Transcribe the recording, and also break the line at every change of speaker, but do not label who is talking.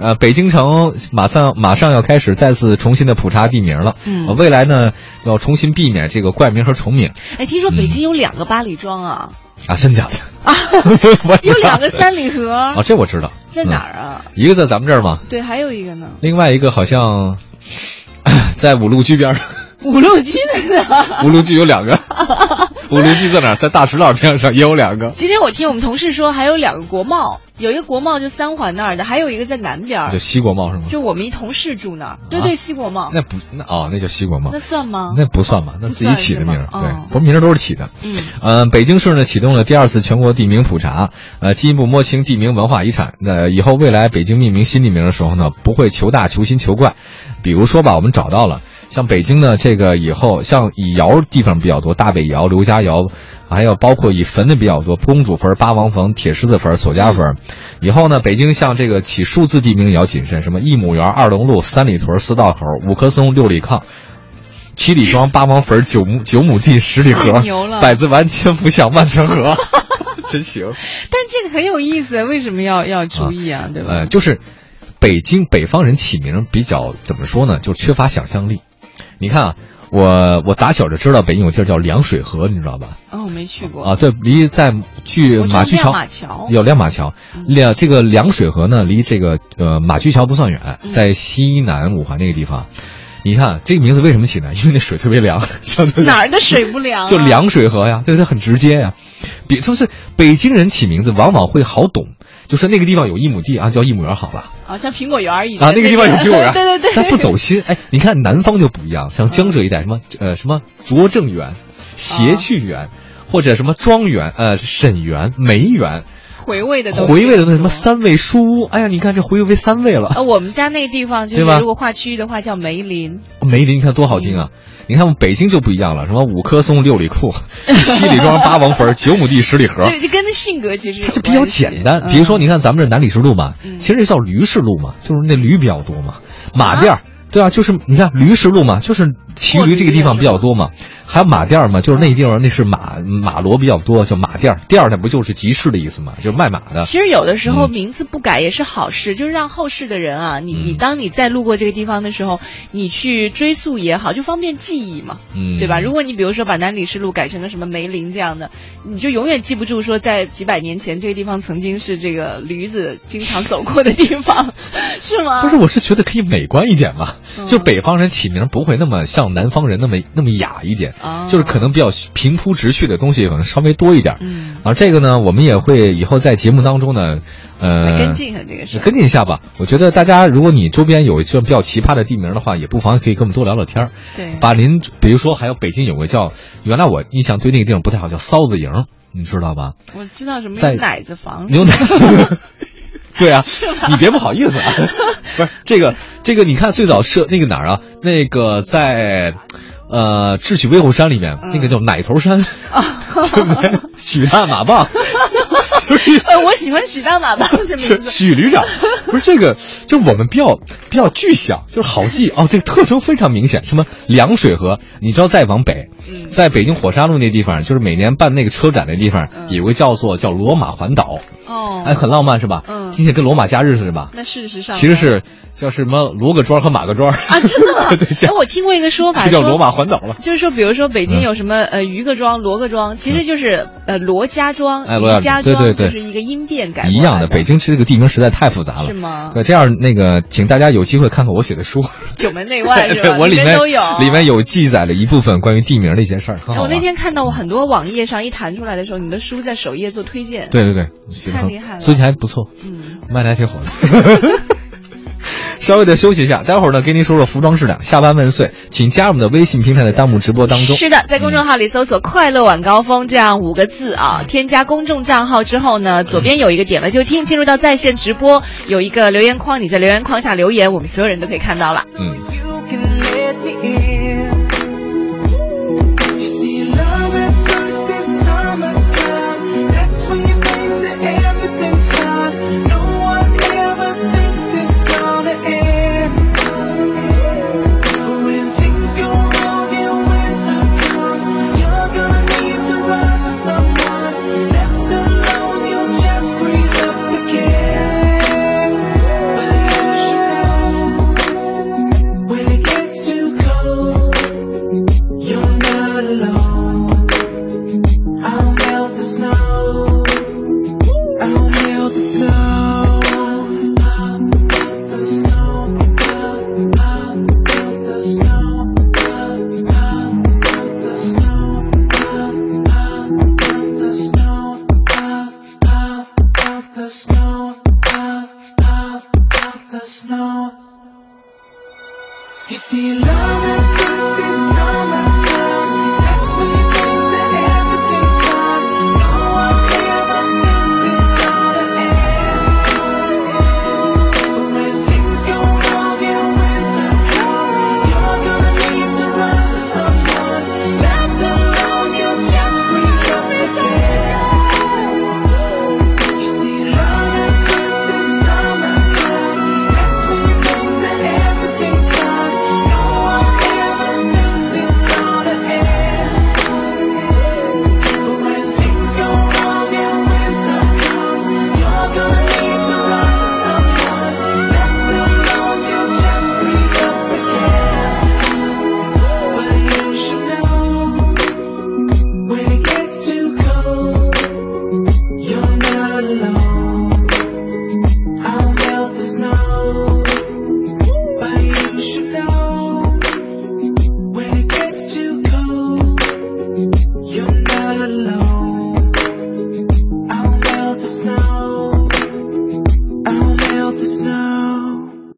呃，北京城马上马上要开始再次重新的普查地名了。
嗯
呃未来呢，要重新避免这个怪名和重名
哎，听说北京有两个八里庄啊，
啊，真假的？
啊，
我知道
有两个三里河，
啊，这我知道。
在哪儿啊？
嗯？一个在咱们这儿嘛，
对，还有一个呢，
另外一个好像在五路居边儿。
五路居在哪儿？
五路居有两个，五路居在哪儿？在大石老边上也有两个，
今天我听我们同事说，还有两个国贸，有一个国贸就三环那儿的，还有一个在南边儿
就，西国贸是吗？
就我们一同事住那儿。对对，西国贸，
啊那不那哦，那叫西国贸
那，算吗？
那不算吧？那自己起的名儿，
不算是吗哦
对，不是名儿都是起的。
嗯，
呃，北京市呢启动了第二次全国地名普查，呃，进一步摸清地名文化遗产。那、以后未来北京命名新地名的时候呢，不会求大、求新、求怪。比如说吧，我们找到了，像北京呢，这个以后像以窑地方比较多，大北窑、刘家窑，还有包括以坟的比较多，公主坟、八王坟、铁狮子坟、索家坟。以后呢，北京像这个起数字地名也要谨慎，什么一亩园、二龙路、三里屯、四道口、五棵松、六里炕。七里庄、八王坟、九亩九亩地、十里河
太 牛了、
百子湾、千福巷、万城河， 真行。
但这个很有意思，为什么要要注意啊？对吧
呃，？就是北京北方人起名比较怎么说呢？就是缺乏想象力。你看啊，我我打小就知道北京有地儿叫凉水河，你知道吧？
哦，我没去过
啊，对，离在去
我知道
马驹桥，
亮马桥
有亮马桥，
嗯
两这个凉水河呢，离这个呃马驹桥不算远，
嗯
在西南五环那个地方。你看啊这个名字为什么起呢？因为那水特别凉，相对
哪儿的水不凉啊？
就凉水河呀，对，它很直接呀。比就是北京人起名字往往会好懂，就是那个地方有一亩地啊，叫一亩园好了
啊，像苹果园儿以前
啊，那个地方有一亩园，
对对对，嗯
但不走心。哎，你看南方就不一样，像江浙一带什么呃什么拙政
啊
园、谐趣园，或者什么庄园、呃沈园、梅园，
回味的东西
回味的那什么
多
三味书屋。哎呀，你看这回味三味了。
呃，我们家那个地方就
对吧
是，如果划区域的话叫梅林，
梅林，你看多好听
嗯
啊！你看我们北京就不一样了，什么五棵松、六里库、 七里庄、八王坟、九亩地、十里河，
对，这跟那性格其实
它
有
就比较
关系
简单。比如说，，你看咱们这南李市路嘛，
嗯
其实叫驴市路嘛，就是那驴比较多嘛，马
啊
店儿。对啊，就是你看驴市路嘛，就是骑
过
驴
驴
这个地
的
方
是
比较
吧
多嘛，还有马店儿嘛，就是那地方那是
嗯
马马骡比较多，叫马店儿。店儿那不就是集市的意思嘛，就是卖马的
嗯。其实有的时候
呃嗯
名字不改也是好事，就是让后世的人啊，你你
嗯
当你再路过这个地方的时候，你去追溯也好，就方便记忆嘛，
嗯，
对吧？如果你比如说把南礼士路改成了什么梅林这样的，你就永远记不住说在几百年前这个地方曾经是这个驴子经常走过的地方， 是吗？
不是，我是觉得可以美观一点嘛，
嗯
就北方人起名不会那么像南方人那么那么雅一点，
哦
就是可能比较平铺直叙的东西可能稍微多一点。
嗯
啊，这个呢，我们也会以后在节目当中呢，呃，
跟进一啊下这个事儿。
跟进一下吧。我觉得大家，如果你周边有一些比较奇葩的地名的话，也不妨可以跟我们多聊聊天儿。
对
把您，比如说还有北京有个叫，原来我印象对那个地方不太好，叫臊子营，你知道吧？
我知道什么
在
有奶子房，
牛奶。对啊，你别不好意思啊，不是这个这个，你看最早设那个哪儿啊？那个在，呃，智取威虎山里面、
嗯
那个叫奶头山， 对不对？许大马棒，就是
呃，我喜欢许大马帮这名
是
字。
许 旅长，不是这个，就是我们比较比较具象，就是好记哦，这个特征非常明显。什么凉水河，你知道再往北，
嗯
在北京火沙路那地方，就是每年办那个车展那地方，
嗯
有个叫做叫罗马环岛，
哦，
哎，很浪漫是吧？
嗯
今天跟罗马假日似的吧？
那事实上
其实是叫什么罗各庄和马各庄
啊，真的 吗？
对对，
哎，
叫
我听过一个说法，
这叫
说
罗马环嗯岛了。
就是说，比如说北京有什么呃于各庄、罗各庄，其实就是呃罗家庄、
嗯哎罗
于
家
家
庄
庄，
对对对
就是一个音变改过来
一样的，北京市这个地名实在太复杂了
是。吗？
对，这样那个，请大家有机会看看我写的书。
九门 内外是吧？
我
里
面
都有，
里面哦有记载了一部分关于地名的一些事儿。很
哎。
好
我那
玩
天看到我很多网页上一弹出来的时候，你的书在首页做推荐。，
对对对，写的
太
很
厉害了
最近还不错，
嗯，
卖的还挺 好的。稍微的休息一下，待会儿呢跟您说说服装质量。下班万岁，请加入我们的微信平台的弹幕直播当中。
是的，在公众号里搜索“快乐晚高峰”这样五个字啊，添加公众账号之后
嗯
呢，左边有一个点了就听，进入到在线直播，有一个留言框，你在留言框下留言，我们所有人都可以看到了。
嗯，
You can let me in. You see, love at first is summertime. That's when you think that everything's fine. No one ever thinks it's gonna end. But when things go wrong and winter comes, you're gonna need to run to someone. Left alone, you'll just freeze up again. But you us know. You see, love.